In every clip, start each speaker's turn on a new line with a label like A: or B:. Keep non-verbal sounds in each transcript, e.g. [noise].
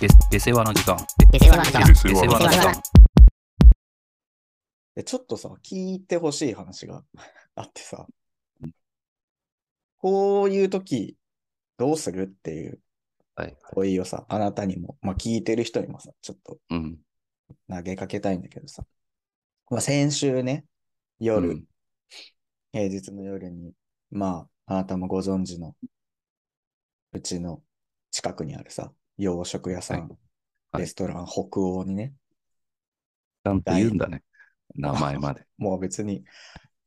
A: で、で世話の時間。
B: で世話の時間。
A: で
C: で
A: 世
C: 世
A: 話
C: 話の
A: の時
B: 時
A: 間
B: 間。
D: でちょっとさ、聞いてほしい話が [laughs] あってさ、こういう時どうするっていう
A: はいはい。
D: 問いをさ、あなたにも、まあ聞いてる人にもさ、ちょっと
A: うん。
D: 投げかけたいんだけどさ、まあ先週ね、夜、
A: うん
D: 平日の夜に、まあ、あなたもご存知の、うちの近くにあるさ、洋食屋さん、
A: はいはい
D: レストラン北欧にね、
A: ちゃんと言うんだね。名前まで。
D: もう別に、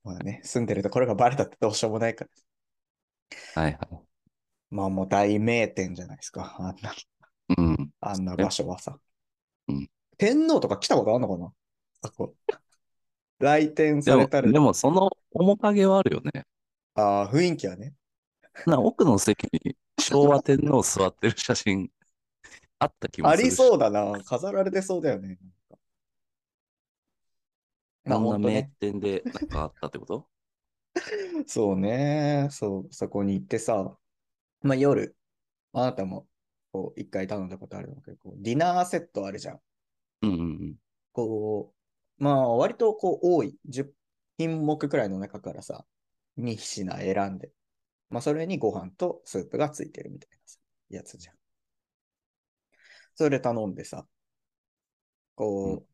D: まあね、住んでるところがバレたってどうしようもないから、
A: はいはい。
D: まあもう大名店じゃないですか、あんな、
A: うん。
D: あんな場所はさ。
A: うん
D: 天皇とか来たことあるのかなあ
A: [laughs]
D: こ来店
A: で
D: さ
A: も、
D: れたら
A: で、もその面影はあるよね。
D: ああ、雰囲気はね、
A: な奥の席
D: [laughs]
A: に昭和天皇座ってる写真、あった気も
D: あ
A: する
D: り
A: し
D: そうだな。飾られてそうだよね。まあ、
A: こ
D: ほ
A: ん
D: ん
A: な
D: と
A: 名
D: ね。
A: 店でなんかあったってこと
D: [laughs] そうね。そう、そこに行ってさ、まあ夜、あなたも、こう、一回頼んだことあるんだけど、こうディナーセットあるじゃん。
A: うんうんうん。
D: こう、まあ、割とこう、多い。10品目くらいの中からさ、2品選んで、まあ、それにご飯とスープがついてるみたいなさやつじゃん。それ頼んでさ、こう、
A: うん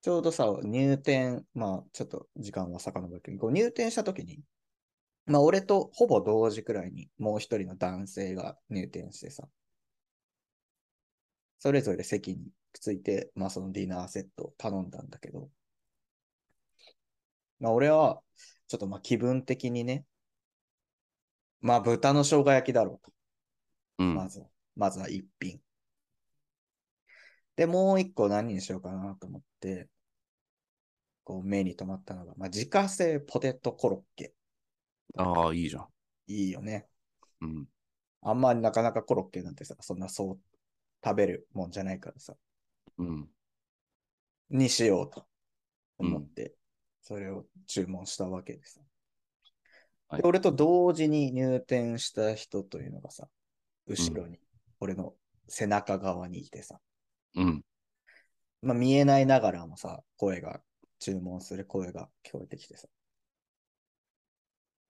D: ちょうどさ、入店、まあ、ちょっと時間は遡るけど、こう入店した時に、まあ、俺とほぼ同時くらいに、もう一人の男性が入店してさ、それぞれ席にくっついて、まあ、そのディナーセットを頼んだんだけど、まあ、俺は、ちょっとまあ気分的にね、まあ、豚の生姜焼きだろうと。
A: うん。
D: まずは、まずは一品。で、もう一個何にしようかなと思って、こう目に留まったのが、まあ、自家製ポテトコロッケ。
A: ああ、いいじゃん。
D: いいよね。
A: うん。
D: あんまりなかなかコロッケなんてさ、そんなそう食べるもんじゃないからさ、
A: うん。
D: にしようと思って、それを注文したわけです。
A: はい
D: で俺と同時に入店した人というのがさ、後ろに、俺の背中側にいてさ、
A: うん。
D: まあ、見えないながらもさ、声が、注文する声が聞こえてきてさ。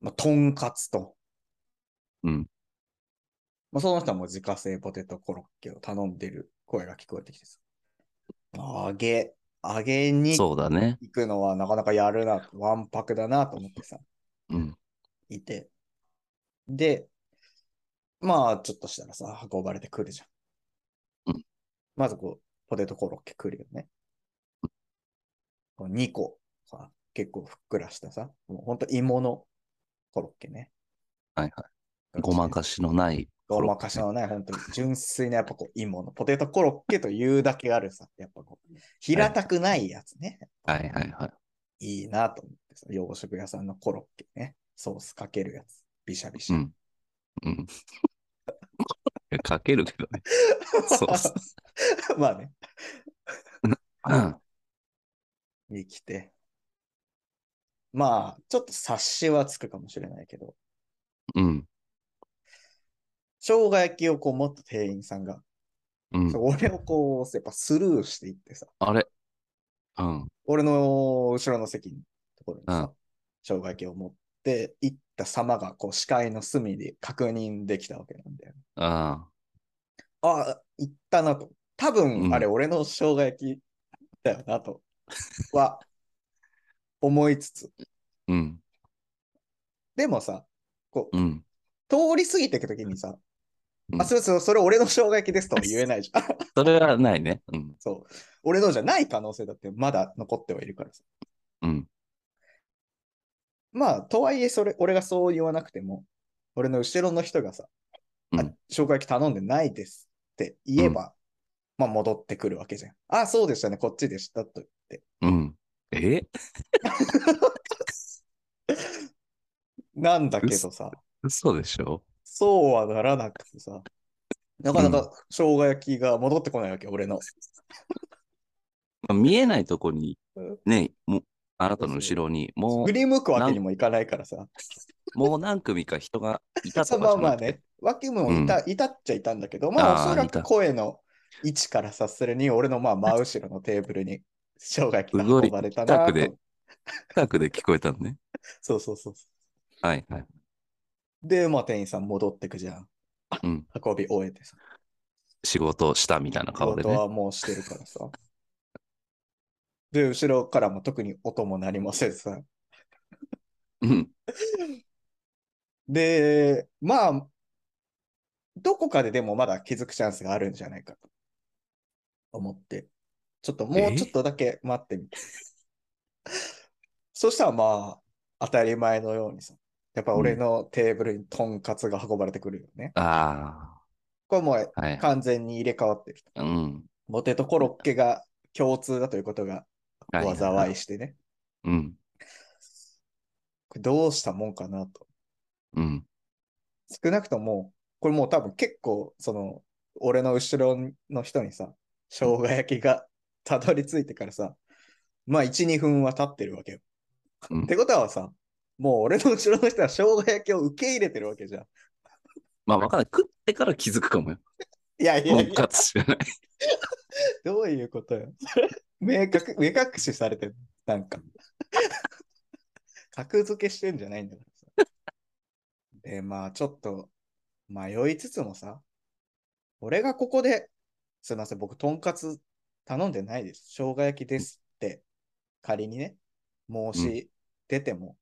D: まあ、とんかつと。
A: うん。
D: まあ、その人はもう自家製ポテトコロッケを頼んでる声が聞こえてきてさ。揚げ、揚げに行
A: そうだね。
D: くのはなかなかやるな、わんぱくだなと思ってさ、
A: うん。
D: いて。で、まあ、ちょっとしたらさ、運ばれてくるじゃん。
A: うん
D: まずこう、ポテトコロッケ来るよね。こう2個さ、結構ふっくらしたさ、もうほんと芋のコロッケね。
A: はいはい。ごまかしのない。
D: ごまかしのない、本当に純粋なやっぱこう芋のポテトコロッケというだけあるさ、やっぱこう、平たくないやつね。
A: はいはいはい。
D: いいなと思ってさ、洋食屋さんのコロッケね。ソースかけるやつ。ビシャビシ
A: う
D: ャ。。
A: ん。うん。かけるけどね。そうそう
D: [laughs] まあね。
A: うん。
D: に来て。まあ、ちょっと察しはつくかもしれないけど、
A: うん。
D: 生姜焼きをこう持った店員さんが、
A: うん。
D: 俺をこう、やっぱスルーしていってさ、
A: あれうん。
D: 俺の後ろの席のところにさ、
A: うん
D: 生姜焼きを持って行った様が、こう、視界の隅で確認できたわけなんだよね。
A: あ
D: ああ、行ったなと。多
A: う
D: 分、
A: ん
D: あれ、俺の生姜焼きだよなと、は、思いつつ。
A: あ。うん。
D: でもさ、こう、
A: うん。
D: 通り過ぎていくときにさ、
A: うん
D: あ、そうそう、それ俺の生姜焼きですとは言えないじゃん。 [laughs]
A: それはないね。うん。
D: そう。俺のじゃない可能性だってまだ残ってはいるからさ。
A: うん。
D: まあ、とはいえ、それ、俺がそう言わなくても、俺の後ろの人がさ、
A: うん
D: あ生姜焼き頼んでないですって言えば、まあ、戻ってくるわけじゃん。あ、そうでしたね、こっちでしたと言って。
A: うん。え [laughs]
D: なんだけどさ、
A: 嘘でしょ
D: そうはならなくてさ、なかなか生姜焼きが戻ってこないわけ、俺の。
A: まあ見えないとこに
D: うん、
A: ね、もうあなたの後ろに、も
D: 振り向くわけにもいかないからさ。
A: う、
D: [laughs]
A: もう何組か人がいた
D: そ
A: と
D: う
A: か
D: ま
A: じ
D: あ
A: ゃ
D: まあ
A: なくて
D: ね、脇もいた,、いたっちゃいたんだけど、まあ
A: あー
D: おそら
A: いた
D: く声の位置から察するに、俺のまあ真後ろのテーブルに [laughs] 生姜焼きが
A: すごい
D: 運ばれた
A: 近
D: な
A: く
D: と。 [laughs]
A: で近くで聞こえたのね。
D: そうそうそうそ
A: はいはい。
D: う。で、まあ店員さん戻ってくじゃん。
A: うん。
D: 運び終えてさ。
A: 仕事をしたみたいな顔で
D: 仕事
A: ね。
D: はもうしてるからさ。で、後ろからも特に音も鳴りませんさ。
A: うん。
D: で、まあ、どこかででもまだ気づくチャンスがあるんじゃないかと思って、ちょっともう
A: え
D: ちょっとだけ待ってみて。そしたらまあ、当たり前のようにさ、やっぱ俺のテーブルにとんかつが運ばれてくるよね。
A: あ
D: これもう
A: あ、はい。
D: 完全に入れ替わってる。
A: うん。
D: モテとコロッケが共通だということが
A: はいはいはい
D: 災いしてね。
A: うん。
D: これどうしたもんかなと。
A: うん。
D: 少なくとも、これもう多分結構、その、俺の後ろの人にさ、生姜焼きがたどり着いてからさ、まあ1、2分は経ってるわけよ。
A: うん
D: ってことはさ、もう俺の後ろの人は生姜焼きを受け入れてるわけじゃん。
A: まあわかんない。食ってから気づくかもよ。
D: いやい
A: と
D: や
A: ん
D: いや、
A: かつ知らない。 [laughs]
D: [laughs] どういうことよ。明確、目隠しされてる。なんか。格付けしてんじゃないんだからさ。で、まあちょっと迷いつつもさ、俺がここで、すいません、僕、とんかつ頼んでないです。生姜焼きですって、仮にね、申し出ても、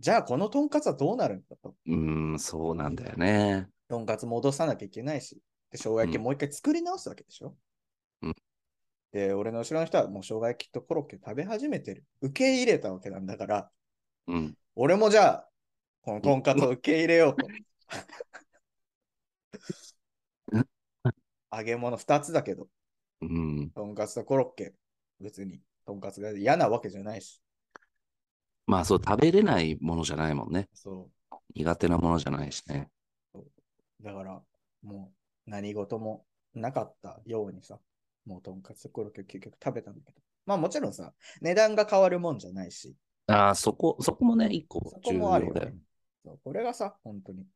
D: じゃあこのとんかつはどうなるんだと。
A: うーん、そうなんだよね。
D: とんかつ戻さなきゃいけないし、で、生姜焼き
A: うん
D: もう一回作り直すわけでしょ。
A: うん
D: で、俺の後ろの人はもう生姜焼きとコロッケ食べ始めてる。受け入れたわけなんだから、
A: うん。
D: 俺もじゃあ、このとんかつを受け入れようと
A: うん。
D: 揚げ物2つだけど、
A: うん。
D: とんかつとコロッケ、別にとんかつが嫌なわけじゃないし。
A: まあそう、食べれないものじゃないもんね。
D: そ
A: 苦手なものじゃないしね。
D: う。だから、もう何事もなかったようにさ、もうとんかつとコロッケを結局食べたんだけど。まあもちろんさ、値段が変わるもんじゃないし、
A: ああ、そこ、そこもね、一個
D: そこ
A: 重
D: もある
A: 要
D: よ
A: だよ
D: ね。。そうこれがさ、本当に、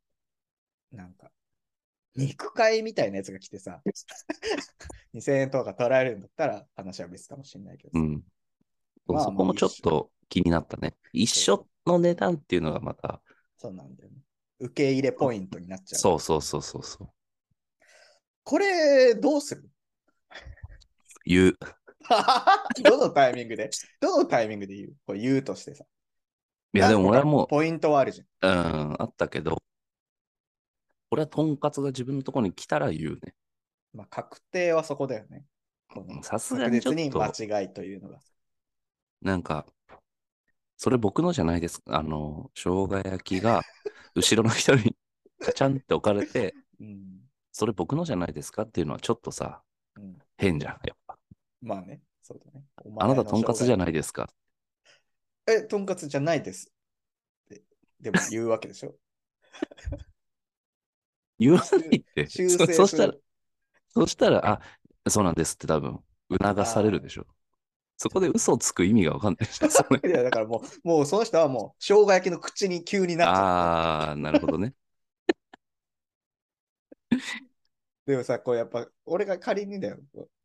D: なんか、肉塊みたいなやつが来て
A: [laughs]
D: さ、2000円とか取られるんだったら話は別かもしれないけど
A: う
D: さ、
A: ん。
D: まあ
A: そこもちょっと気になったね。一緒の値段っていうのがまた、
D: そうなんだよね。受け入れポイントになっちゃう。
A: そうそうそうそうそう。
D: これ、どうする [laughs]
A: 言う。
D: どのタイミングでどのタイミングで言うこれ言うとしてさ。
A: いや、でも俺はも
D: ポイントはあるじゃん。
A: う、うん、あったけど、俺はとんかつが自分のところに来たら言うね。
D: まあ、確定はそこだよね。この
A: さすが
D: 確
A: にちょ
D: 実
A: っ
D: に
A: と、
D: 間違いというのが。
A: なんか、それ僕のじゃないです。あの、生姜焼き
D: [laughs]
A: が、後ろの人に、カチャンって置かれて、
D: うん。
A: それ僕のじゃないですかっていうのはちょっとさ、
D: うん、
A: 変じゃん。やっぱ。
D: まあね。そうだね。お
A: あ
D: 前
A: な
D: の
A: たとんかつじゃ
D: 生
A: ないですか。
D: 姜え、とんかつじゃないです。で
A: [laughs]
D: でも言うわけでしょ。
A: 言わないって。
D: 修
A: そ
D: 正
A: そ
D: す
A: したら
D: る、
A: そしたら、あ、そうなんですって多分、促されるでしょ。そこで嘘をつく意味がわかんないじゃん。それ
D: いや、だからもう、もうその人はもう、生姜焼きの口に急になっちゃった。
A: ああ、なるほどね。
D: でもさ、こうやっぱ、俺が仮にだよ、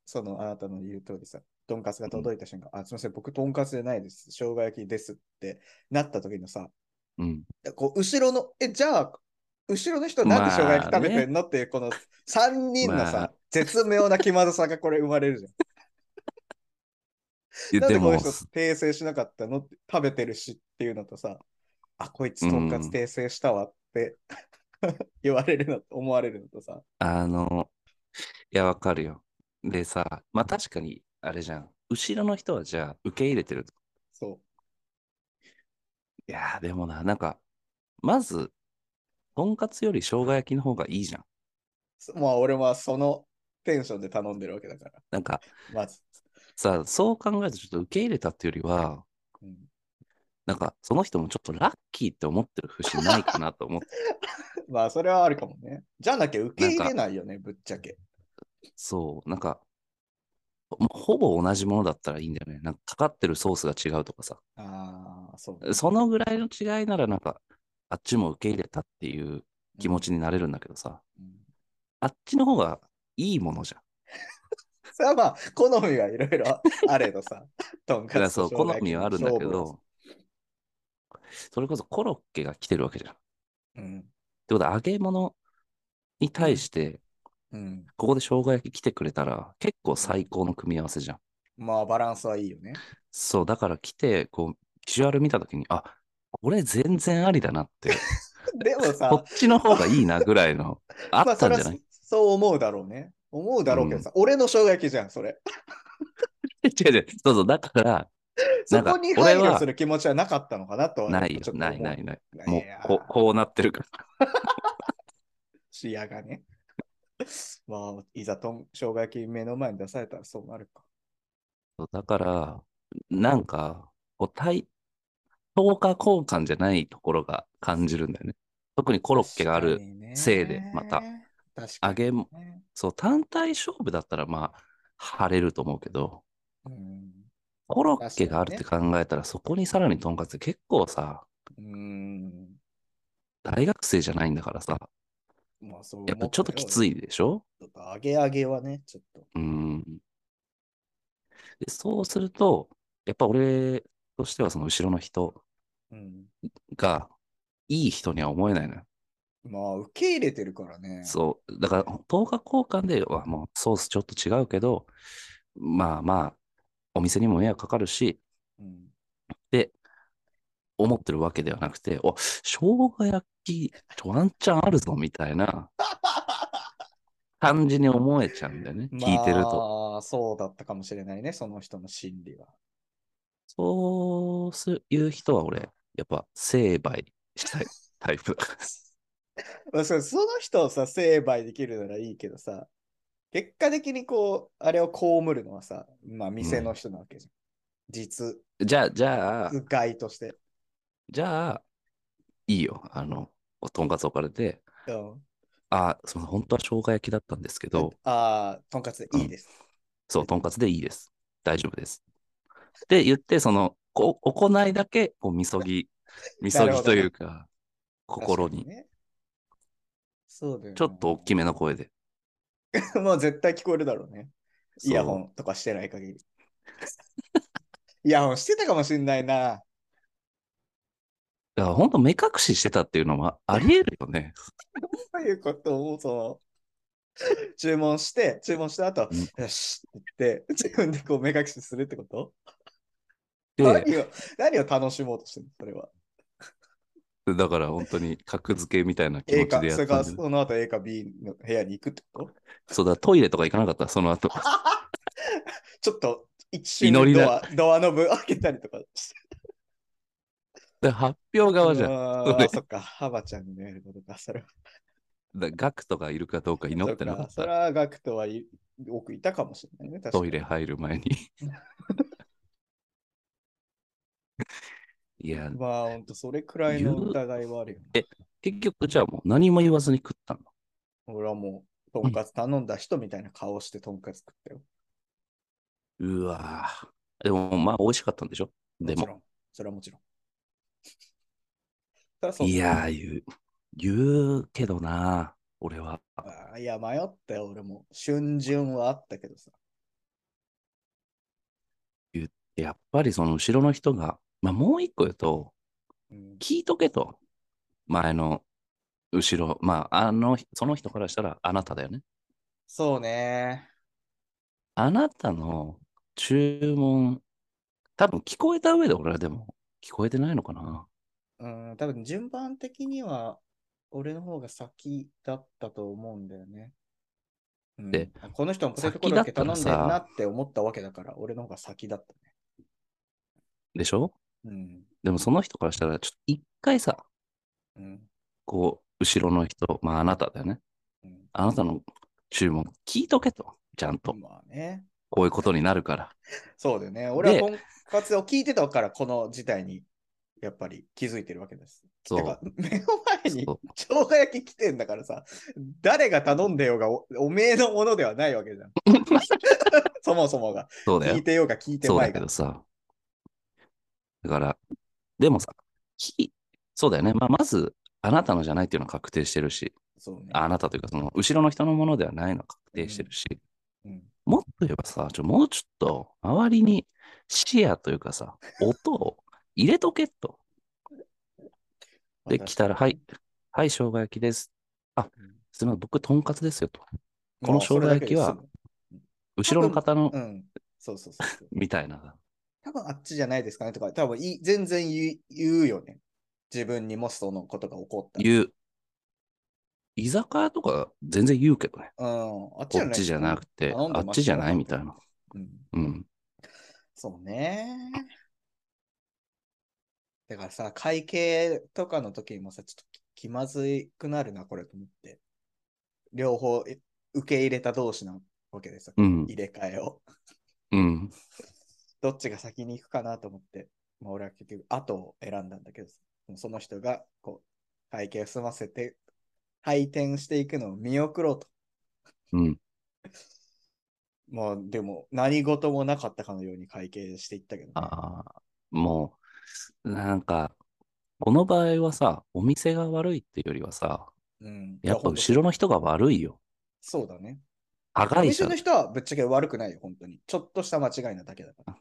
D: そのあなたの言う通りさ、とんかつが届いた瞬間、あ、すみません、僕とんかつじゃないです、生姜焼きですってなった時のさ、
A: うん。
D: こう後ろの、え、じゃあ、後ろの人なんで生姜焼き食べてんの、っていう、この3人のさ、
A: まあ
D: 絶妙な気まずさがこれ生まれるじゃん。
A: いや
D: なん
A: で
D: でこの
A: も、
D: 人訂正しなかったのって食べてるしっていうのとさ、あ、こいつとんかつ訂正したわって、 [laughs] 言われるの、思われるのとさ、
A: あの、いや、わかるよ。でさ、まあ確かに、あれじゃん。後ろの人はじゃあ、受け入れてる。
D: そう。
A: いやー、でもな、なんか、まず、とんかつより生姜焼きの方がいいじゃん。
D: そまあ俺はそのテンションで頼んでるわけだから、
A: なんか、
D: まず。
A: さ、そう考えると、ちょっと受け入れたっていうよりは、
D: うん
A: なんか、その人もちょっとラッキーって思ってる節ないかなと思って、
D: まあそれはあるかもね。じゃなきゃ受け入れないよね、ぶっちゃけ。
A: そう、なんか、もうほぼ同じものだったらいいんだよね。なんか、かかってるソースが違うとかさ、
D: ああ、そう。
A: そのぐらいの違いなら、なんか、あっちも受け入れたっていう気持
D: ち。
A: ちになれるんだけどさ、
D: うん
A: あっちの方がいいものじゃん。
D: それはまあ、好みはいろいろあれどさ、 [laughs] とん
A: だか
D: からつ
A: そう、
D: と
A: 好
D: 生姜焼き
A: みはあるんだけ
D: 勝負
A: ど、それこそコロッケが来てるわけじゃん。っ
D: だうん。
A: てことは揚げ物に対して、
D: うん。
A: ここで生姜焼き来てくれたら、結構最高の組み合わせじゃん。
D: まあ、バランスはいいよね。 [laughs]
A: そう、だから来て、こう、ビジュアル見たときに、あ、これ全然ありだなって、
D: でもさ、
A: こっちの方がいいなぐらいの、あ
D: [laughs] ま
A: ったんじゃ
D: そ
A: ない
D: りゃそう思うだろうね。思うだろうけどさ、俺の生姜焼きじゃん、
A: [laughs]
D: それ。
A: 違う違う、そうそう、だから、な
D: そ
A: んか
D: こに
A: 俺
D: 配慮
A: は
D: する気持ちはなかったのかなとは
A: ないよ
D: ちょっ、と思
A: な
D: う
A: いないない。
D: い
A: もう
D: や、
A: こう、こうなってるから。 [laughs]
D: 視野がね。 [laughs] まあ、いざとん生姜焼き目の前に出されたらそうなるか。
A: そうだから、なんか、こう、対、等価交換じゃないところが感じるんだよね。特にコロッケがある。せいでまた
D: 確か
A: 揚
D: にね。
A: げも、
D: 確かにね
A: そう、単体勝負だったら、まあ、晴れると思うけど、
D: うん
A: コロッケがあるって
D: 確
A: 考えたら、そこにさらにとんかつって結構さ、
D: うん。
A: 大学生じゃないんだからさ、
D: まあ、そう
A: やっぱちょっときつ
D: い。
A: いでしょ
D: ちょっと揚げ揚げはね、ちょっと。
A: うん。で、そうすると、やっぱ俺としてはその後ろの人
D: うん。
A: が、いい人には思えないのよ。
D: まあ、受け入れてるからね。
A: そう。だから、等価交換ではもうソースちょっと違うけど、まあまあ、お店にも迷惑かかるし、
D: うん。
A: で、思ってるわけではなくて、お、生姜焼き、ちょワンチャンあるぞ、みたい
D: [laughs]
A: な感じに思えちゃうんだよね。聞いてると。
D: まあ、そうだったかもしれないね、その人の心理は。
A: そうすいう人は俺、やっぱ成敗したいタイプ [laughs] だから。
D: まあ、そその人をさ、成敗できるならいいけどさ、結果的にこう、あれを被るのはさ、まあ、店の人なわけじゃん。実、
A: じゃあ、じゃあ、
D: 害として。
A: じゃあ、いいよ。あの、とんかつ置かれて、
D: うん、
A: あ、その本当は生姜焼きだったんですけど、
D: ああ、とんかつでいいです。
A: そう、とんかつでいいです。大丈夫です。って言って、その、こ行いだけ、こう、みそぎ、みそぎというか、心に
D: 確か、ね。そうだよ、ね。
A: ちょっと大きめの声で。
D: い。 [laughs] もう絶対聞こえるだろうね。イヤホ
A: そう。
D: ンとかしてない限り。 [laughs] イヤホンしてたかもしんないな。
A: だから本当目隠ししてたっていうのはあり得るよね。
D: ということを、その、注文して、注文した後、
A: うん
D: よしって言って、自分でこう目隠しするってこと
A: で、
D: 何を、何を楽しもうとしてるのそれは。
A: だから本当に格付けみたいな気
D: A
A: 持ち
D: か、
A: でや
D: そ
A: っ
D: れ
A: た
D: か
A: んだよね
D: その後 A か B の部屋に行くってこと
A: そうだ、トイレとか行かなかった、その後。
D: ちょっと一瞬
A: 祈り
D: ド
A: だ
D: アドアノブ [laughs] 開けたりとかして。
A: で発表側じゃん。
D: あ
A: それ
D: ーそっか、ハバちゃんになることか、それは。
A: だガクトがいるかどうか祈ってなか
D: そ
A: っ
D: っかそれ
A: た。
D: はガクトはい奥いたかもしれないね、確かに
A: トイレ入る前に。 [laughs] いや、
D: まあ、ほんと、それくらいの疑いはあるよ、ね。
A: 結局じゃあもう何も言わずに食ったの。
D: 俺はもう、とんかつ頼んだ人みたいな顔してとんかつ食ったよ。
A: うわぁ。でもまあ美味しかったんでしょで
D: も
A: も。
D: ちろん。それはもちろん。 [laughs] そりゃそう
A: い
D: だ
A: やー言う。言うけどなぁ俺は。
D: あーいや、迷ったよ、俺も。春巡はあったけどさ。
A: やっぱりその後ろの人が、まあもう一個言うと、
D: うん、
A: 聞いとけと。前の後ろ、まああの、その人からしたらあなただよね。
D: そうね。
A: あなたの注文、多分聞こえた上で俺はでも聞こえてないのかな。
D: うん、多分順番的には、俺の方が先だったと思うんだよね。うん
A: で
D: あこの人もポテトコロッケ頼んでるなって思ったわけだから、俺の方が先だった
A: でしょ
D: ね。
A: でもその人からしたら、ちょっと一回さ、
D: うん。うん。
A: こう、後ろの人、まああなただよね。
D: うん、
A: あなたの注文聞いとけと。ちゃんと。
D: まあね。
A: こういうことになるから。
D: そうだよね。俺は
A: で
D: とんかつを聞いてたから、この事態に、やっぱり気づいてるわけです。
A: そ
D: てか
A: う。
D: 目の前に
A: そう
D: 生姜焼き来てんだからさ、誰が頼んでようがお、おめえのものではないわけ
A: [laughs]
D: じゃん。そもそもが。
A: そうだ
D: 聞い
A: よ。
D: てようが聞いて
A: そう
D: ま
A: だ
D: い
A: け
D: が
A: ど。さ。だから、でもさ、きそうだよね。まあまず、あなたのじゃないっていうのは確定してるし、
D: そうね。
A: あなたというか、その後ろの人のものではないのは確定してるし、
D: うん
A: もっと言えばさ、ちょもうちょっと周りに視野というかさ、音を入れとけと。で、来たら、はい、はい、生姜焼きです。あ
D: うん、
A: すみません、僕、とんかつですよと。
D: まあ
A: この生姜焼きは、後ろの方の
D: それだけで済む、うん。そうそうそうそう。
A: みたいな。
D: 多分あっちじゃないですかねとか、多分いい全然言う言うよね。自分にもしそのことが起こったら。
A: 言う。居酒屋とか全然言うけどね。
D: うん、あっ
A: こ
D: ちじゃない
A: っちじゃなくて、
D: 頼んで
A: あ
D: ま
A: っちじゃないみたい
D: し
A: な。
D: たうん。
A: うん。
D: そうね。だからさ、会計とかの時にもさ、ちょっと気まずいくなるな、これと思って。両方え受け入れた同士なわけでさ、
A: うん。
D: 入れ替えを。
A: うん。
D: どっちが先に行くかなと思って、まあ、俺は結局後を選んだんだけどさ、もうその人がこう会計を済ませて、退転していくのを見送ろうと。
A: うん。
D: まあでも何事もなかったかのように会計していったけど、ね。
A: ああ、もう、なんか、この場合はさ、お店が悪いっていうよりはさ、
D: うん、
A: やっぱ後
D: ろ
A: ろの人が悪いよ。
D: そうだね。
A: 加
D: お
A: 害
D: 店
A: 者
D: の。人はぶっちゃけ悪くないよ、本当に。ちょっとした間違いなだけだから。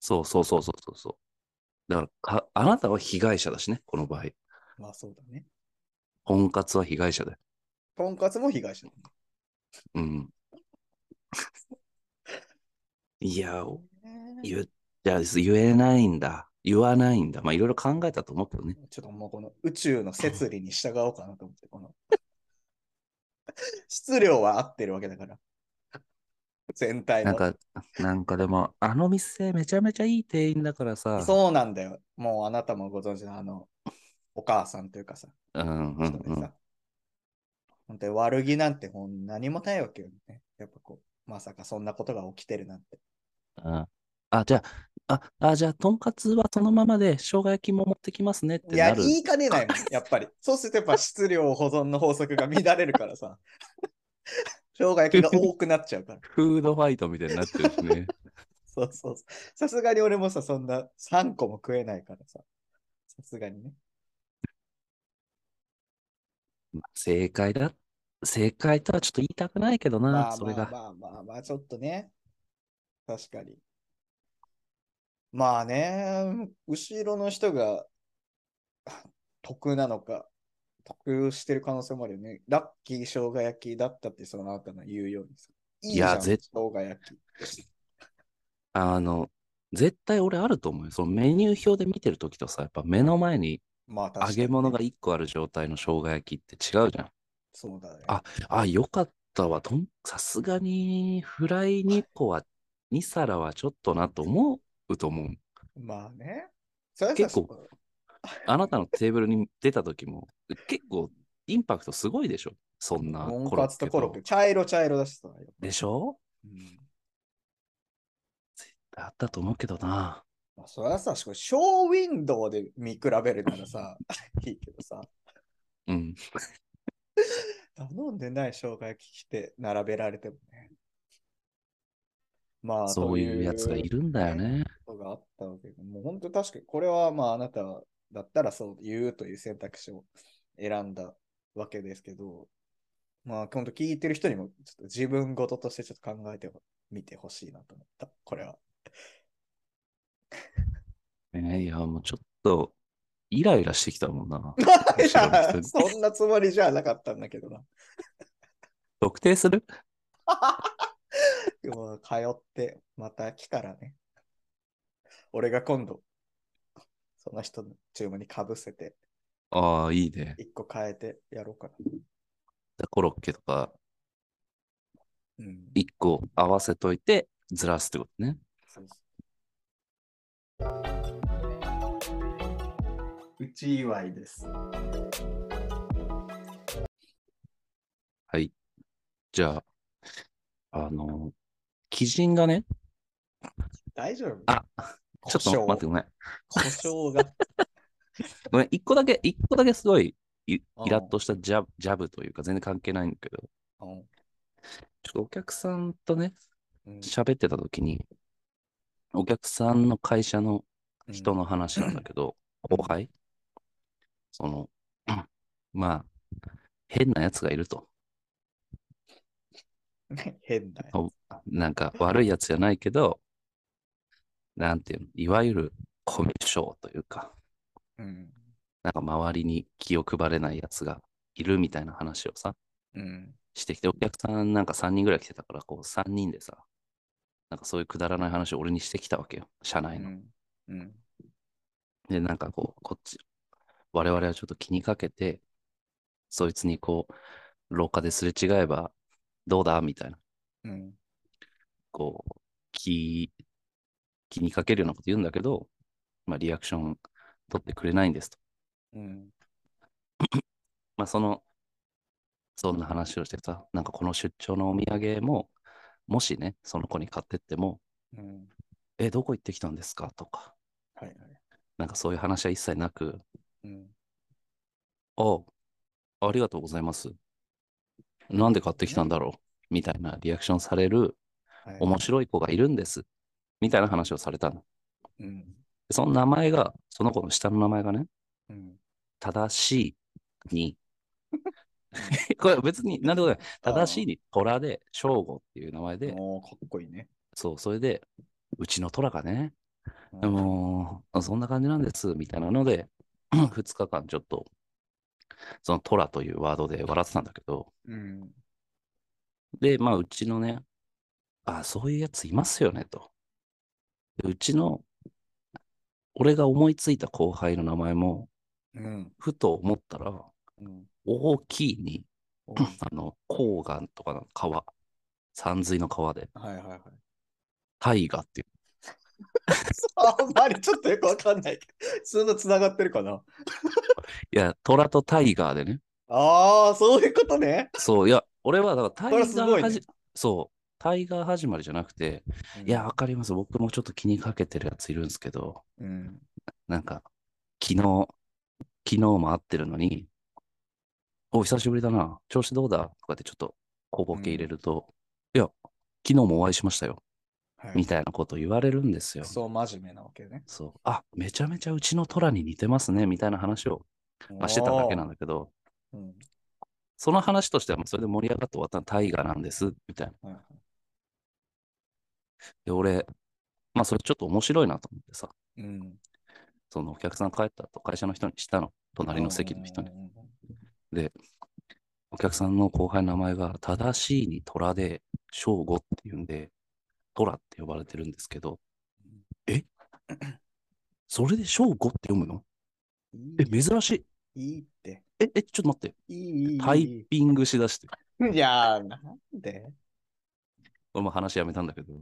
A: そうそうそうそうそうそう。だからか、あなたは被害者だしね、この場合。
D: まあそうだね。
A: とんかつは被害者だよ。
D: とんかつも被害者だ
A: うん。 [laughs] いや、お
D: ね。
A: 言っちゃうです言えないんだ。言わないんだ。まあ、いろいろ考えたと思うけどね。
D: ちょっともうこの宇宙の摂理に従おうかなと思って、この [laughs] 質量は合ってるわけだから。全体
A: なん
D: の。
A: か、なんかでも、あの店めちゃめちゃいい店員だからさ。
D: そうなんだよ。もうあなたもご存知のあの、お母さんというかさ、
A: う。んうん
D: 人
A: う
D: で
A: ん。
D: さ。本当に悪気なんてもう何もないわけよね。やっぱこう、まさかそんなことが起きてるなんて。
A: うんあ、じゃあ、あ、あ、じゃあ、とんかつはそのままで生姜焼きも持ってきますねって
D: いや、
A: なる。
D: 言いかねないも
A: [laughs]
D: ん、やっぱり。そうするとやっぱ質量保存の法則が乱れるから
A: [laughs]
D: さ。生姜焼きが多くなっちゃうから。
A: フードファイトみたいになってるし
D: [laughs]
A: ね。
D: そうそうそう。さすがに俺もさ、そんな3個も食えないからさ。さすがにね。
A: 正解だ。正解とはちょっと言いたくないけどな、
D: まあ
A: それ
D: まあ
A: が。
D: まあまあまあ、ちょっとね。確かに。まあね、後ろの人が [laughs] 得なのか、得してる可能性もあるよね。ラッキー生姜焼きだったってそのあなたの言うようにさ。いいじゃん
A: いやぜ
D: 生姜焼き。
A: あの、絶対俺あると思うよ。そのメニュー表で見てるときとさ、やっぱ目の前に
D: まあ確か
A: 揚
D: に、
A: げ物が1個ある状態の生姜焼きって違うじゃん。
D: そうだよ。
A: ああ、よかったわ。とんさすがに、フライ2個は、2皿はちょっとなと思うと思う。
D: まあね。それはさ
A: 結構あなたのテーブルに出た時も、結構インパクトすごいでしょそんな
D: とん
A: コロッ
D: かつ
A: ケ
D: とコロッ
A: と
D: ケ。。茶色茶色だしさ。
A: でしょ
D: うん
A: だったと思うけどな。
D: まあ、それはさ、ショーウィンドウで見比べるならさ、 [laughs] いいけどさ、
A: うん。
D: 頼んでない生姜焼き来て並べられてもね。まあ、
A: そういうやつがいるんだよね。
D: ということがあったわけで、もう本当確かにこれはまああなただったらそう言うという選択肢を選んだわけですけど、まあ本当聞いてる人にもちょっと自分事としてちょっと考えてみてほしいなと思った、これ
A: [laughs]
D: は。
A: ねいや、もうちょっと、イライラしてきたもんな。
D: [laughs] いや
A: 後ろの人に
D: [laughs] そんなつもりじゃなかったんだけどな。
A: 特定する
D: でも通って、また来たらね。俺が今度、その人の注文にかぶせて、
A: ああ、いいね。
D: 一個変えてやろうか
A: コロッケとか、
D: な。うん。
A: 1個合わせといて、ずらすってことね。
D: そうそううち祝いです。
A: はい。じゃあ、あの、鬼人がね、
D: 大丈夫
A: あちょっと待って、
D: て。
A: ごめん。
D: 故障が。
A: ごめん、一個だけ、一個だけすごいい [laughs] イ
D: うん
A: ラッとしたジャブジャブというか、全然関係ないんだけど、ちょっとお客さんとね、
D: うん
A: 喋ってた時に、お客さんの会社の人の話なんだけど、
D: うん
A: 後輩その、 [clears throat] まあ、変なやつがいると。
D: うん変だよ。
A: おなんか悪いやつじゃないけど、なんていうの、いわゆるコミュ障というか、
D: うん。
A: なんか周りに気を配れないやつがいるみたいな話をさ、
D: うん。
A: してきて、お客さんなんか3人ぐらい来てたから、こう3人でさ、なんかそういうくだらない話を俺にしてきたわけよ、社
D: う
A: 内の。
D: ん。うん。
A: で、なんかこう、こっち、我々はちょっと気にかけて、そいつにこう、廊下ですれ違えば、どうだみたいな、
D: うん。
A: こう、気、気にかけるようなこと言うんだけど、まあ、リアクション取ってくれないんですと。
D: うん。
A: まあ、その、そんな話をしてさ、なんかこの出張のお土産も、もしね、その子に買ってっても、
D: うん。
A: え、どこ行ってきたんですかとか、
D: はいはい。
A: なんかそういう話は一切なく、
D: うん。
A: ああ、ありがとうございます。なんで買ってきたんだろうみたいなリアクションされる
D: はい。
A: 面白い子がいるんです。みたいな話をされたの。
D: うん。
A: その名前が、その子の下の名前がね、
D: うん。
A: 正しい
D: [laughs]
A: に。これ別に、なんでもない。正しいに虎で、正吾っていう名前で、
D: もうかっこいいね。
A: そう、それで、うちの虎がね、
D: うん
A: もう、そんな感じなんです、みたいなので、2日間ちょっと、その虎というワードで笑ってたんだけど、
D: うん。
A: で、まあ、うちのね、あ、そういうやついますよね、と。でうちの、俺が思いついた後輩の名前も、
D: うん。
A: ふと思ったら、
D: うん。
A: [laughs] 大きいに、
D: お
A: あの、黄河とかの川、山水の川で、
D: はいはいはい。
A: 大河っていう。
D: あんまりちょっとよくわかんないけど、そんなつながってるかな。
A: いや、虎とタイガーでね。
D: ああ、そういうことね。
A: そう、いや、俺は、だからタイガ
D: これすご
A: ー
D: いね
A: はじ、そう、タイガー始まりじゃなくて、いや、わかります。僕もちょっと気にかけてるやついるんですけど、
D: うん、
A: なんか、昨日、昨日も会ってるのに、お、久しぶりだな。調子どうだとかってちょっと小ボケ入れると、いや、昨日もお会いしましたよ。
D: は
A: みたいなこと言われるんですよ。
D: そう真面目なわけね。
A: そう。あ、めちゃめちゃうちの虎に似てますね。みたいな話を、まあしてただけなんだけど、
D: おーうん
A: その話としてはもうそれで盛り上がって終わったのタイガーなんです。みたい
D: はい
A: な
D: はい。
A: で、俺、まあそれちょっと面白いなと思ってさ、
D: うん。
A: そのお客さん帰った後会社の人にしたの。隣の席の人に
D: う。んうん
A: お客さんの後輩の名前が正しいに虎で、正吾っていうんで、虎って呼ばれてるんですけど、えそれで正吾って読むの
D: うん。
A: え、珍しい。
D: いいって。
A: え、え、ちょっと待って。
D: いい、いい。
A: タイピングしだして。
D: いやー、なんで [laughs]
A: 俺も話やめたんだけど。い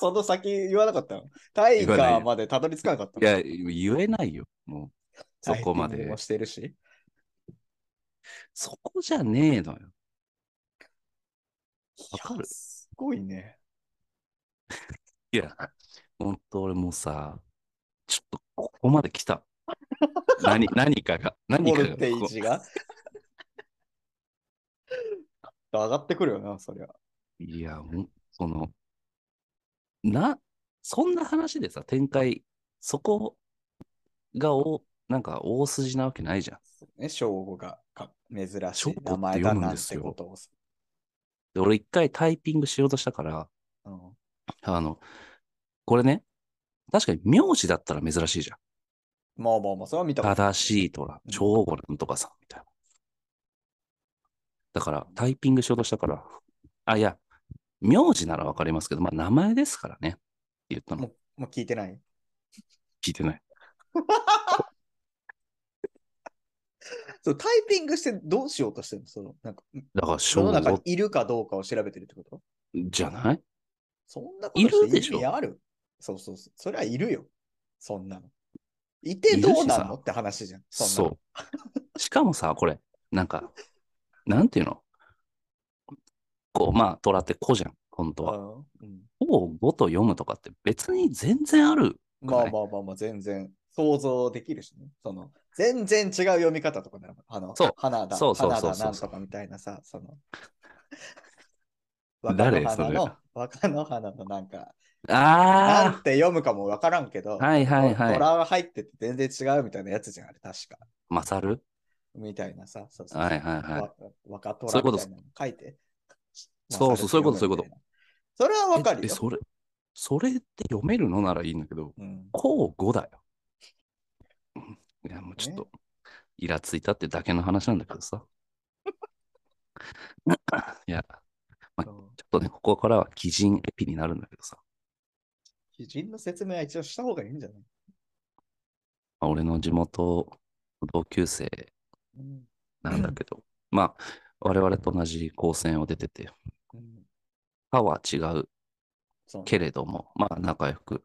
D: その先言わなかったのタイ
A: 言わな
D: ガ
A: い
D: ーまでたどり着かなかったの
A: や、言えないよ。もう、そこま
D: タイピング
A: で
D: も。してるし。
A: そこじゃねえのよ。わかる
D: いやすごいね。
A: いや、ほんと俺もうさ、ちょっとここまで来
D: [laughs]
A: た。何、何かが、何
D: ボ
A: かが
D: ルテ
A: こ
D: ー
A: こ。
D: ジが。上がってくるよな、そりゃ。
A: いや、ほんその、な、そんな話でさ、展開、そこがお、なんか大筋なわけないじゃん。
D: ね、正午がか珍し
A: 正
D: い
A: 午って
D: 名前だ
A: 読むん
D: な
A: で
D: っ
A: す
D: て
A: よ
D: ことをさ。
A: で、俺一回タイピングしようとしたから、
D: うん
A: あの、これね、確かに名字だったら珍しいじゃん。
D: まあまあまあ、それは見たことない。
A: 正しいとか
D: う、ん
A: 正午なんとかさんみたいな。だから、タイピングしようとしたから、あ、いや、名字ならわかりますけど、まあ名前ですからね、って言ったの。
D: もう聞いてない。
A: 聞いてない。
D: そう、タイピングしてどうしようとしてるのその、なんか、
A: だから、
D: 世
A: 正
D: の中に
A: 午
D: いるかどうかを調べてるってこと
A: じゃない
D: そんなこと
A: いる
D: して
A: で
D: 意
A: しょ
D: 味あるそうそうそう。それはいるよ。そんなの。いて
A: いるし
D: どうなん
A: さ
D: のって話じゃん。そんなの
A: そう。しかもさ、これ、なんか、なんていうのこう、まあ、虎って子じゃん、本当は。
D: うんうん
A: 子を語と読むとかって別に全然ある。
D: まあまあまあまあ、全然想像できるしね。その、全然違う読み方とかなら、あの、
A: そう
D: 花だ、
A: そうそう
D: 花
A: そう
D: だ
A: そ
D: な
A: うそうん
D: とかみたいなさ、その、
A: [laughs] 誰そ
D: 若の花の
A: れ、
D: 若の花のなんか、な
A: あ
D: んて読むかもわからんけど、
A: あはいはい
D: 虎
A: はい。
D: が入ってて全然違うみたいなやつじゃん、あれ、確か。
A: マサル
D: みたいなさ、そうそうそう。
A: はいはいはい。
D: わ若
A: そういう
D: 虎
A: こと
D: みたいなの書いて。。
A: そうそうそういうことそういうこと
D: それはわか
A: え
D: る
A: え
D: よ。
A: それ、それって読めるのならいいんだけど、
D: うん、
A: 交互だよ。いや、もうちょっと、イラついたってだけの話なんだけどさ。 [laughs] いや、
D: そう
A: ちょっとね、ここからは鬼人エピになるんだけどさ。
D: 基人の説明は一応した方がいいんじゃない、
A: まあ俺の地元、同級生
D: うん
A: なんだけど、まあ、我々と同じ高専を出てて、
D: うん
A: 歯は違う
D: そうね
A: けれども、まあ、仲良く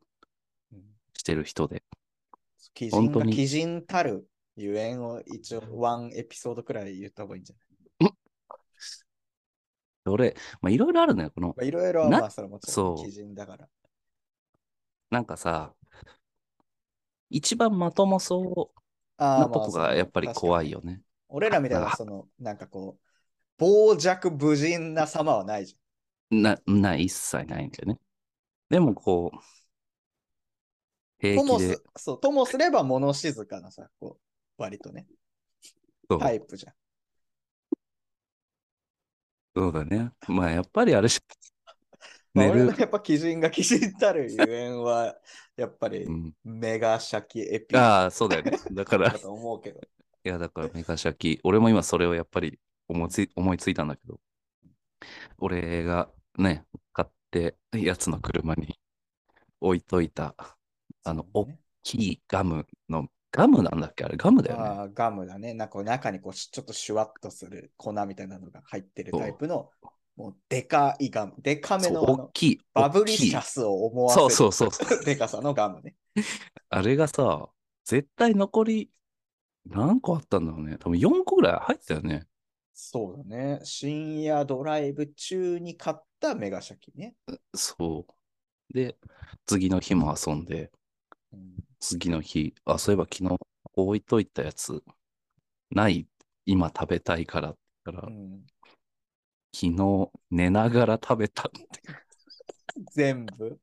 D: うん
A: してる人で、
D: 基
A: 本
D: 人
A: 当
D: が
A: に
D: 基人たるゆえんを一応ワンエピソードくらい言った方がいいんじゃ
A: 俺、まあ、いろいろあるのよ。この、
D: ないまあいろいろは
A: な
D: まあそれもちろん
A: そう
D: 基人だから。
A: なんかさ、一番まともそ
D: あ
A: うな
D: ーま
A: と
D: あ
A: こ
D: そ
A: が
D: の
A: やっぱり
D: 確かに
A: 怖いよね。
D: 俺らみたいな
A: は
D: そのなんかこう、傍若無人な様はないじ
A: な、ない、一切ないんだよね。でもこう、
D: ゃん。
A: 平
D: とも、
A: 気です
D: そう、ともすれば物静かなさ、こう、割とね、
A: そう
D: タイプじゃん。
A: そうだね。まあやっぱりあれし、
D: [laughs] まあ、
A: 寝
D: 俺
A: る
D: の。やっぱ基人が基人たるゆえんは、やっぱり
A: うん、
D: メガシャキエピだ
A: ああ、そうだよね。だから、い
D: と思うけど。
A: やだからメガシャキ、俺も今それをやっぱり思いつい思いついたんだけど、俺がね、買ってやつの車に置いといた、あの、
D: そ
A: お
D: う
A: っ
D: ね
A: きいガムの、ガムなんだっけあれ、ガムだよね。
D: ああガムだね。なんかこう中にこうしちょっとシュワッとする粉みたいなのが入ってるタイプの、もうでかいガム。でかめ
A: そう、
D: のあ
A: 大
D: の
A: きい。
D: バブリ
A: 大きい
D: シャスを思わせ
A: そ
D: る
A: うそうそうそう。
D: [laughs] でかさのガムね。
A: あれがさ、絶対残り、何個あったんだろうね。多分4個ぐらい入ってたよね。
D: そうだね。深夜ドライブ中に買ったメガシャキね。
A: そう。で、次の日も遊んで、
D: うん
A: 次の日、あ、そういえば昨日置いといたやつ、ない、今食べたいからって言ったら、
D: うん
A: 昨日寝ながら食べた。
D: 全部。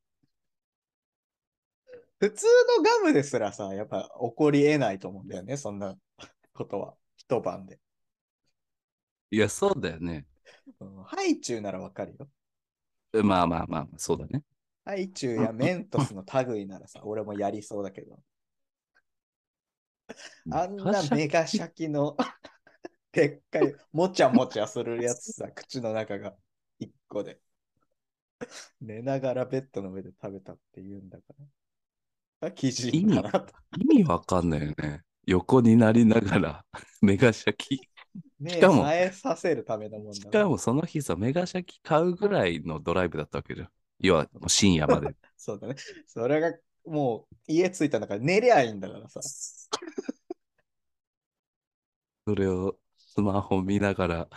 D: 普通のガムですらさ、やっぱ起こり得ないと思うんだよね、そんなことは。一晩で。
A: いや、そうだよね。
D: うん、ハイチュウならわかるよ。
A: まあまあまあ、そうだね。
D: ハイチュウやメントスの類な
A: [laughs]
D: らさ、俺もやりそうだけど。あんなメガシャキの [laughs] でっかい、もちゃもちゃするやつ
A: [laughs]
D: さ、口の中が一個で。寝ながらベッドの上で食べたって言うんだから。あ、基準だなと。
A: 意味わかんないよね。横になりながら、 [laughs] メガシャキ。
D: 目
A: しかも
D: を冴えさせるためのもんだ
A: し
D: から
A: かもその日さ、メガシャキ買うぐらいのドライブだったわけじゃん。要はもう深夜
D: [laughs]
A: まで。
D: そうだね。それがもう家着いたんだから寝りゃいいんだからさ。
A: それをスマホ見ながら、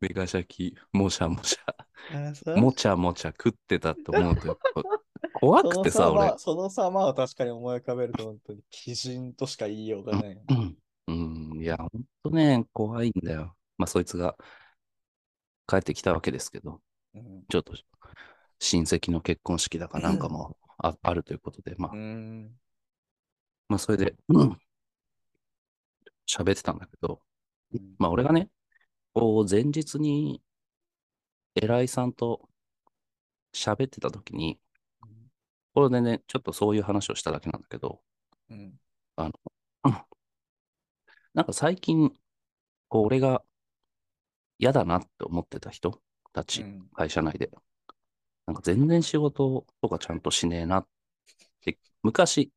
A: メガシャキ、もしゃもし
D: あそ
A: ゃ、もちゃもちゃ食ってたって思う
D: [laughs]
A: と、やっぱ怖くてさ、
D: その
A: 俺
D: 様。その様は確かに思い浮かべると本当に基準としか言いようがない。 [clears throat]
A: うん、いや、ほんとね、怖いんだよ。まあ、そいつが帰ってきたわけですけど、
D: うん
A: ちょっと親戚の結婚式だかなんかもああるということで、まあ
D: う、ん。
A: まあ、それで、喋ってたんだけど、
D: うん
A: まあ、俺がね、こう、前日に、偉いさんと喋ってた時に、これでね、ちょっとそういう話をしただけなんだけど、
D: うん
A: なんか最近、こう、俺が嫌だなって思ってた人たち、
D: うん
A: 会社内で、なんか全然仕事とかちゃんとしねえなって、昔、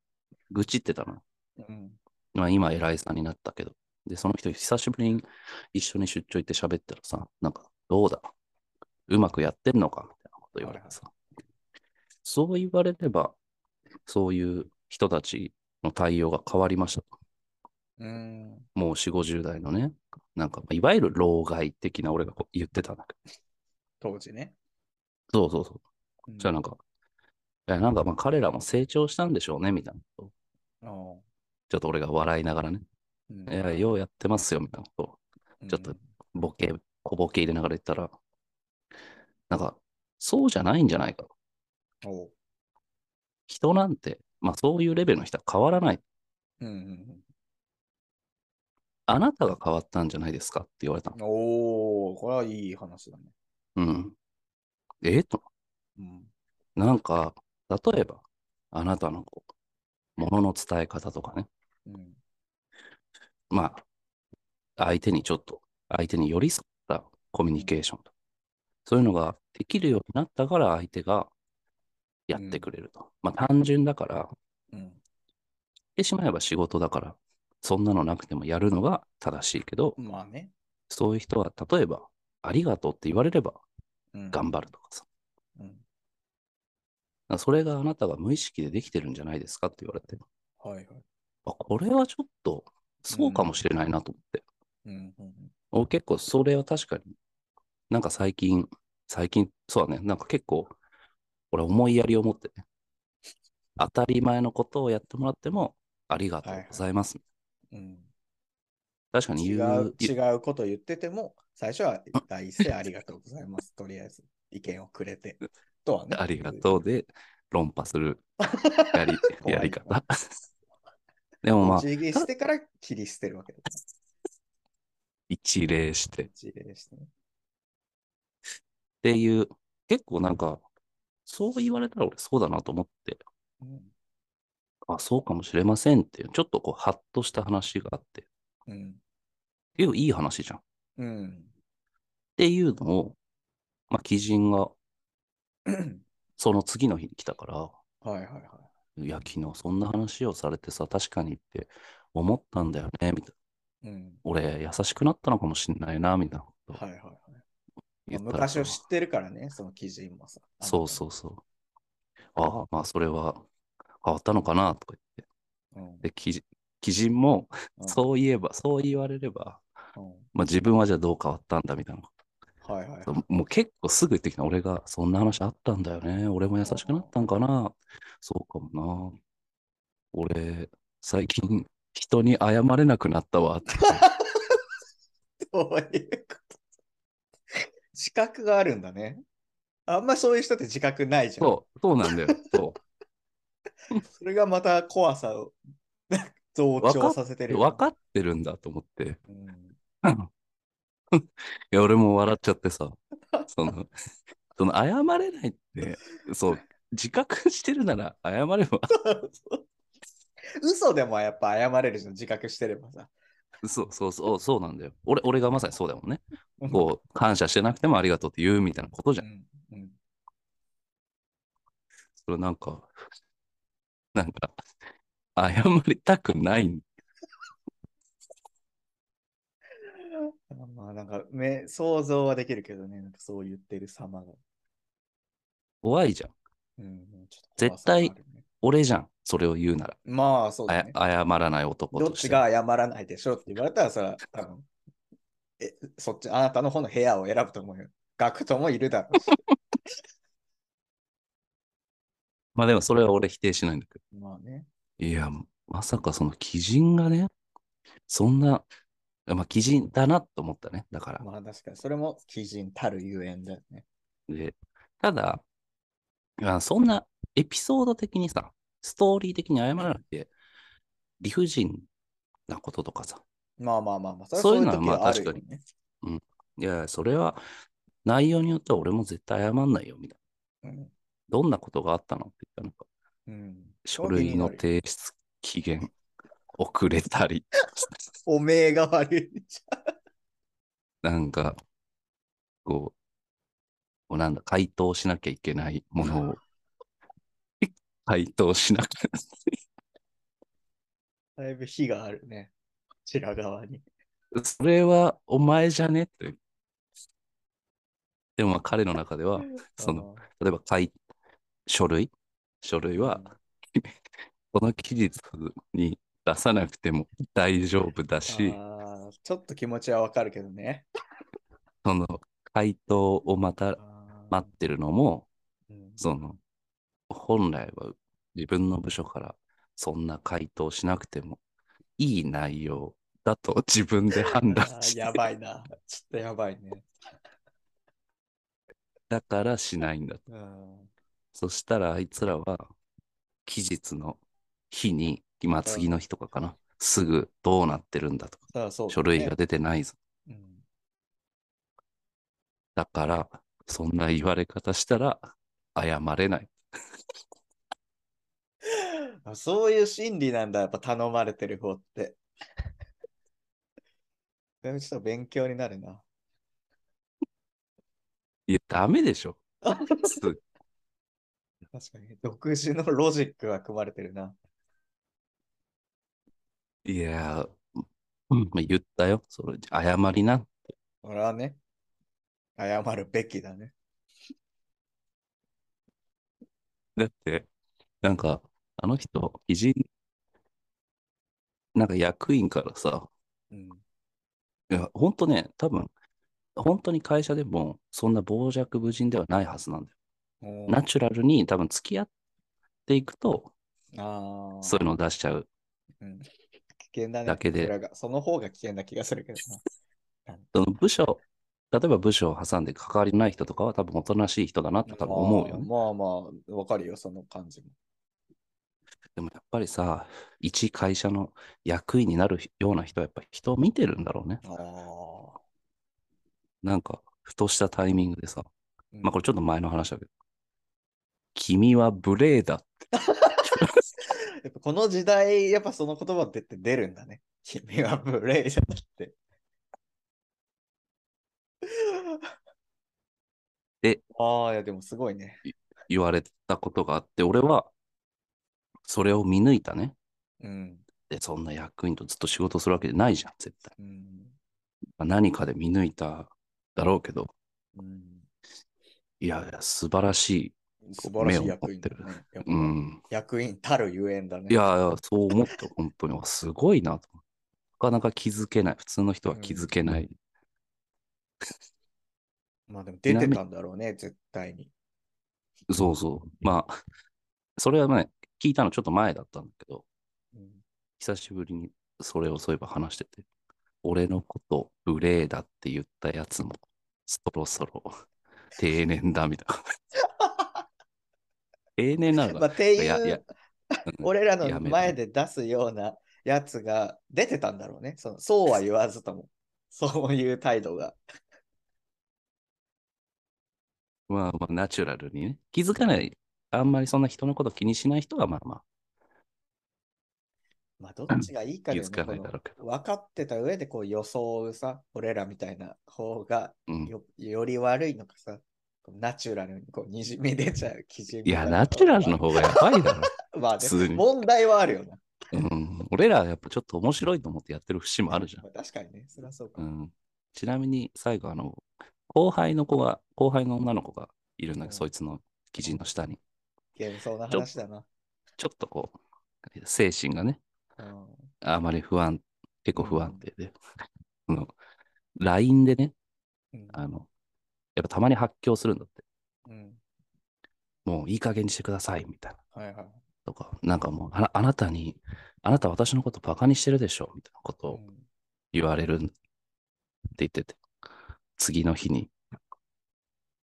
A: 愚痴ってたの。
D: うん
A: まあ今偉いさんになったけど。で、その人久しぶりに一緒に出張行って喋ったらさ、なんかどうだうまくやってんのかみたいなこと言われてさ。そう言われれば、そういう人たちの対応が変わりました。
D: うん
A: もう4、50代のね、なんか、いわゆる老害的な俺がこう言ってたんだけ
D: 当時ね。
A: ど。そうそうそう。
D: うん
A: じゃあなんか、いやなんかまあ彼らも成長したんでしょうね、みたいなことを。
D: お
A: ちょっと俺が笑いながらね。
D: ううん
A: いや、ようやってますよ、みたいなことをちょっとボケ、小ボケ入れながら言ったら、なんか、そうじゃないんじゃないか。
D: うんおう
A: 人なんて、まあそういうレベルの人は変わらない。
D: うんうん
A: あなたが変わったんじゃないですかって言われたの
D: うんおーこれはいい話だね。
A: うん。えと。
D: うん。
A: なんか、例えば、あなたのこう、ものの伝え方とかね、
D: うん。
A: まあ、相手にちょっと、相手に寄り添ったコミュニケーションと。そういうのができるようになったから、相手がやってくれると。まあ、単純だから、言っ
D: うん。
A: てしまえば仕事だから、そんなのなくてもやるのが正しいけど、
D: まあね。
A: そういう人は、例えば、ありがとうって言われれば
D: うん。
A: 頑張るとかさ。だか
D: うん。
A: らそれがあなたが無意識でできてるんじゃないですかって言われて、
D: はいはい。
A: あこれはちょっと、そうかもしれないなと思って。
D: うん。うん
A: お結構それは確かに、なんか最近、最近、そうだね、なんか結構、俺思いやりを持ってね、当たり前のことをやってもらっても、ありがとうございます。
D: うん。
A: 確かに
D: 違
A: 言
D: う
A: う、
D: 違
A: 言う
D: うこと言ってても、最初は第一声ありがとうございます。とりあえず意見をくれて。とはね。
A: [laughs] ありがとうで論破するやり
D: [laughs] 怖い
A: やり方。 [laughs] でもまあ
D: 一、礼してから切り捨てるわけだから。
A: 一礼してっ
D: 一礼してね。
A: ていう、結構なんか、そう言われたら俺そうだなと思って、
D: うん。
A: あ、そうかもしれませんっていう、ちょっとこう、ハッとした話があって、
D: うん。
A: 結構いい話じゃん。
D: うん。
A: っていうのを、まあ、基人が
D: はい
A: その次の日に来たから、
D: はいはい。
A: いや、昨日そんな話をされてさ、確かにって思ったんだよね、みたいな。
D: うん。
A: 俺、優しくなったのかもしんないな、みたいなことを
D: はいはいはい。
A: 言
D: まあ
A: ったら
D: 昔
A: さ、
D: を知ってるからね、その記事もさ。
A: そうそうそう。ああ、まあ、それは変わったのかな、とか言っ
D: う。うん、
A: て。で、基基人も、
D: うん
A: そういえば、そう言われれば、
D: うん
A: まあ、自分はじゃあどう変わったんだ、みたいなこ
D: はいはいはい。 [laughs]
A: と。もう結構すぐ言ってきた。俺が、そんな話あったんだよね。俺も優しくなったんかな。そうかもな。俺、最近、人に謝れなくなったわって。
D: [laughs] どういうこと自覚があるんだね。あんまそういう人って自覚ないじゃん。
A: そう、そうなんだよ。そう
D: それがまた怖さを [laughs] 増長させて
A: で
D: る。
A: 分かってるんだと思って。
D: うん
A: いや、俺も笑っちゃって
D: [laughs]
A: さ。その、その謝れないって、そう、自覚してるなら謝れば、 [laughs]
D: 嘘でもやっぱ謝れるじゃん、自覚してればさ。
A: そうそうそう、そうなんだよ。俺、俺がまさにそうだもんね。
D: うん
A: こう、感謝してなくてもありがとうって言うみたいなことじゃん。
D: うんうん
A: それなんか、なんか、謝りたくないん
D: まあなんか目、想像はできるけどね、なんかそう言ってる様が。
A: 怖いじゃん。
D: うん、ちょっと怖さ
A: 絶
D: があ
A: 対
D: るね
A: 俺じゃん。それを言うなら。
D: まあそう
A: あ
D: だ
A: や
D: ね。
A: 謝らない男
D: どっ
A: として。
D: ちが謝らないでしょって言われたらさ、多分えそっち、あなたの方の部屋を選ぶと思うよ。学徒もいるだろ
A: [laughs]
D: うし。
A: まあでもそれは俺否定しないんだけ
D: まあね。
A: ど。いや、まさかその鬼人がね、そんな、まあ鬼人だなと思ったね。だから。
D: まあ確かに、それも基人たるゆえんだよね。
A: で、ただ、あそんなエピソード的にさ、ストーリー的に謝らなくて、理不尽なこととかさ、
D: まあまあまあまあ、れ
A: そういうのは
D: 時
A: まあ
D: るよね
A: いや、それは内容によっては俺も絶対謝んないよ、みたいな。
D: うん
A: どんなことがあったのって言ったのか。
D: うん。
A: 書類の提出期限遅れたり、
D: おめえが悪いじ
A: なんか、こう、こうなんだ、回答しなきゃいけないも
D: [laughs]
A: のを、回答しなくて、
D: ゃん。だいぶ火があるね。こちら側に。
A: [laughs] それはお前じゃねって。でもまあ彼の中では、その、例えば回、書類書類
D: あー
A: は、この期日に出さなくても大丈夫だし、
D: あーちょっと気持ちはわかるけどね。
A: その回答をまた
D: あ
A: 待ってるのも、
D: ーうん
A: その、本来は自分の部署からそんな回答しなくてもいい内容だと [laughs] 自分で判断
D: あー
A: して
D: や、ばいな。ちょっとやばいね。
A: だからしないんだ。
D: うん
A: そしたらあいつらは、期日の日に、まあ次の日とかかな、すぐどうなってるんだとか、
D: だからそうだね
A: 書類が出てないぞ。
D: うん
A: だから、そんな言われ方したら、謝れない。
D: あ [laughs] そういう心理なんだ、やっぱ頼まれてる方って。でもちょっと勉強になるな。
A: いや、ダメでしょ。
D: 確
A: す
D: かに、独自のロジックが組まれてるな。
A: いやー、うん、まあ言ったよ。それ、謝りな。
D: 俺はね、謝るべきだね。
A: だって、なんか、あの人、偉人、なんか役員からさ、
D: うん。
A: いや、ほんとね、多分、本当に会社でも、そんな傍若無人ではないはずなんだよ。
D: おー
A: ナチュラルに多分付き合っていくと、
D: ああ。
A: そういうのを出しちゃう。
D: うん危険だね。
A: だけで
D: 裏がその方が危険な気がするけどな。
A: その部署、例えば部署を挟んで関わりない人とかは多分おとなしい人だなって多分思うよね。
D: まあまあまあ、わかるよ、その感じも。
A: でもやっぱりさ、一会社の役員になるような人はやっぱ人を見てるんだろうね。
D: ああ。
A: なんか、ふとしたタイミングでさ、
D: うん
A: まあこれちょっと前の話だけど、君は無礼だ。
D: やっぱこの時代、やっぱその言葉って出るんだね。君は無礼じゃなくて。
A: [laughs] え
D: ああ、いや、でもすごいね。
A: 言われたことがあって、俺は、それを見抜いたね。
D: うん。
A: で、そんな役員とずっと仕事するわけじゃないじゃん、絶対。
D: うん。
A: まあ何かで見抜いただろうけど、
D: うん、
A: いやいや、素晴らし
D: 素晴らし
A: 目
D: い
A: を持
D: 役
A: っ
D: 員
A: て
D: だ
A: る
D: ね。やっ
A: い。
D: ぱ
A: うん。
D: 役員たるゆえんだね。
A: いやいや、そう思った、本当に。すごいなと。なかなか気づけない。普通の人は気づけない。
D: まあでも出てたんだろうね、絶対に。
A: そうそう。まあ、それはね、聞いたのちょっと前だったんだけど、
D: うん
A: 久しぶりにそれをそういえば話してて、俺のこと、無礼だって言ったやつも、そろそろ定年だみたいな。
D: [laughs]
A: 定年なのか
D: まあ、
A: な
D: って
A: いやい
D: い
A: や
D: う、俺ら
A: や
D: の
A: める
D: 前で出すようなやつが出てたんだろうね。そのそうは言わずとも、そういう態度が。
A: まあまあ、ナチュラルにね。気づかない。あんまりそんな人のこと気にしない人は、まあまあ、
D: まあ、どっちがいいかで、
A: 気づかないだろうけど。
D: 分かってた上でこう予想うさ、俺らみたいな方が
A: うん、
D: よより悪いのかさ、こうナチュラルにこうにじみ出ちゃう基準
A: い
D: みた
A: や、
D: な
A: ナチュラルの方がやばいだろ。
D: まあ、
A: 普
D: ね、
A: 通に
D: 問題はあるよな。
A: うん、俺らはやっぱちょっと面白いと思ってやってる節もあるじゃん。
D: まあ確かにね、そりゃそうか。
A: うん、ちなみに最後あの、後輩の子が、後輩の女の子がいるんだけど、
D: うん
A: そいつの記事の下に、
D: ゲームそうな話だな。
A: ちょっとこう、精神がね、
D: うん
A: あまり不安、結構不安定で、その LINE でね、
D: うん
A: あの、やっぱたまに発狂するんだって、
D: うん。
A: もういい加減にしてくださいみたいな。
D: はいはい。
A: とか、なんかもうあな、あなたに、あなた私のことバカにしてるでしょみたいなことを
D: うん
A: 言われるって言ってて、次の日に、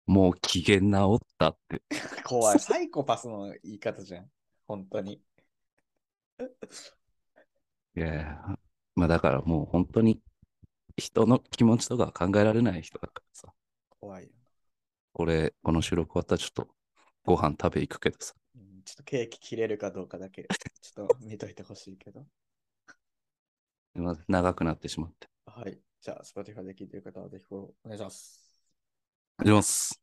A: もう機嫌直ったって、
D: 怖い。サイコパスの言い方じゃん。本当に。
A: いやいやまあだからもう本当に人の気持ちとかは考えられない人だからさ、
D: 怖いよ、
A: これ、この収録終わったらちょっとご飯食べ行くけどさ、
D: うんちょっとケーキ切れるかどうかだ
A: [laughs]
D: け、ちょっと見といてほしいけど。
A: まあ長くなってしまって。
D: はい。じゃあ、Spotify で聞いてる方はぜひフォローお願いします。
A: あります。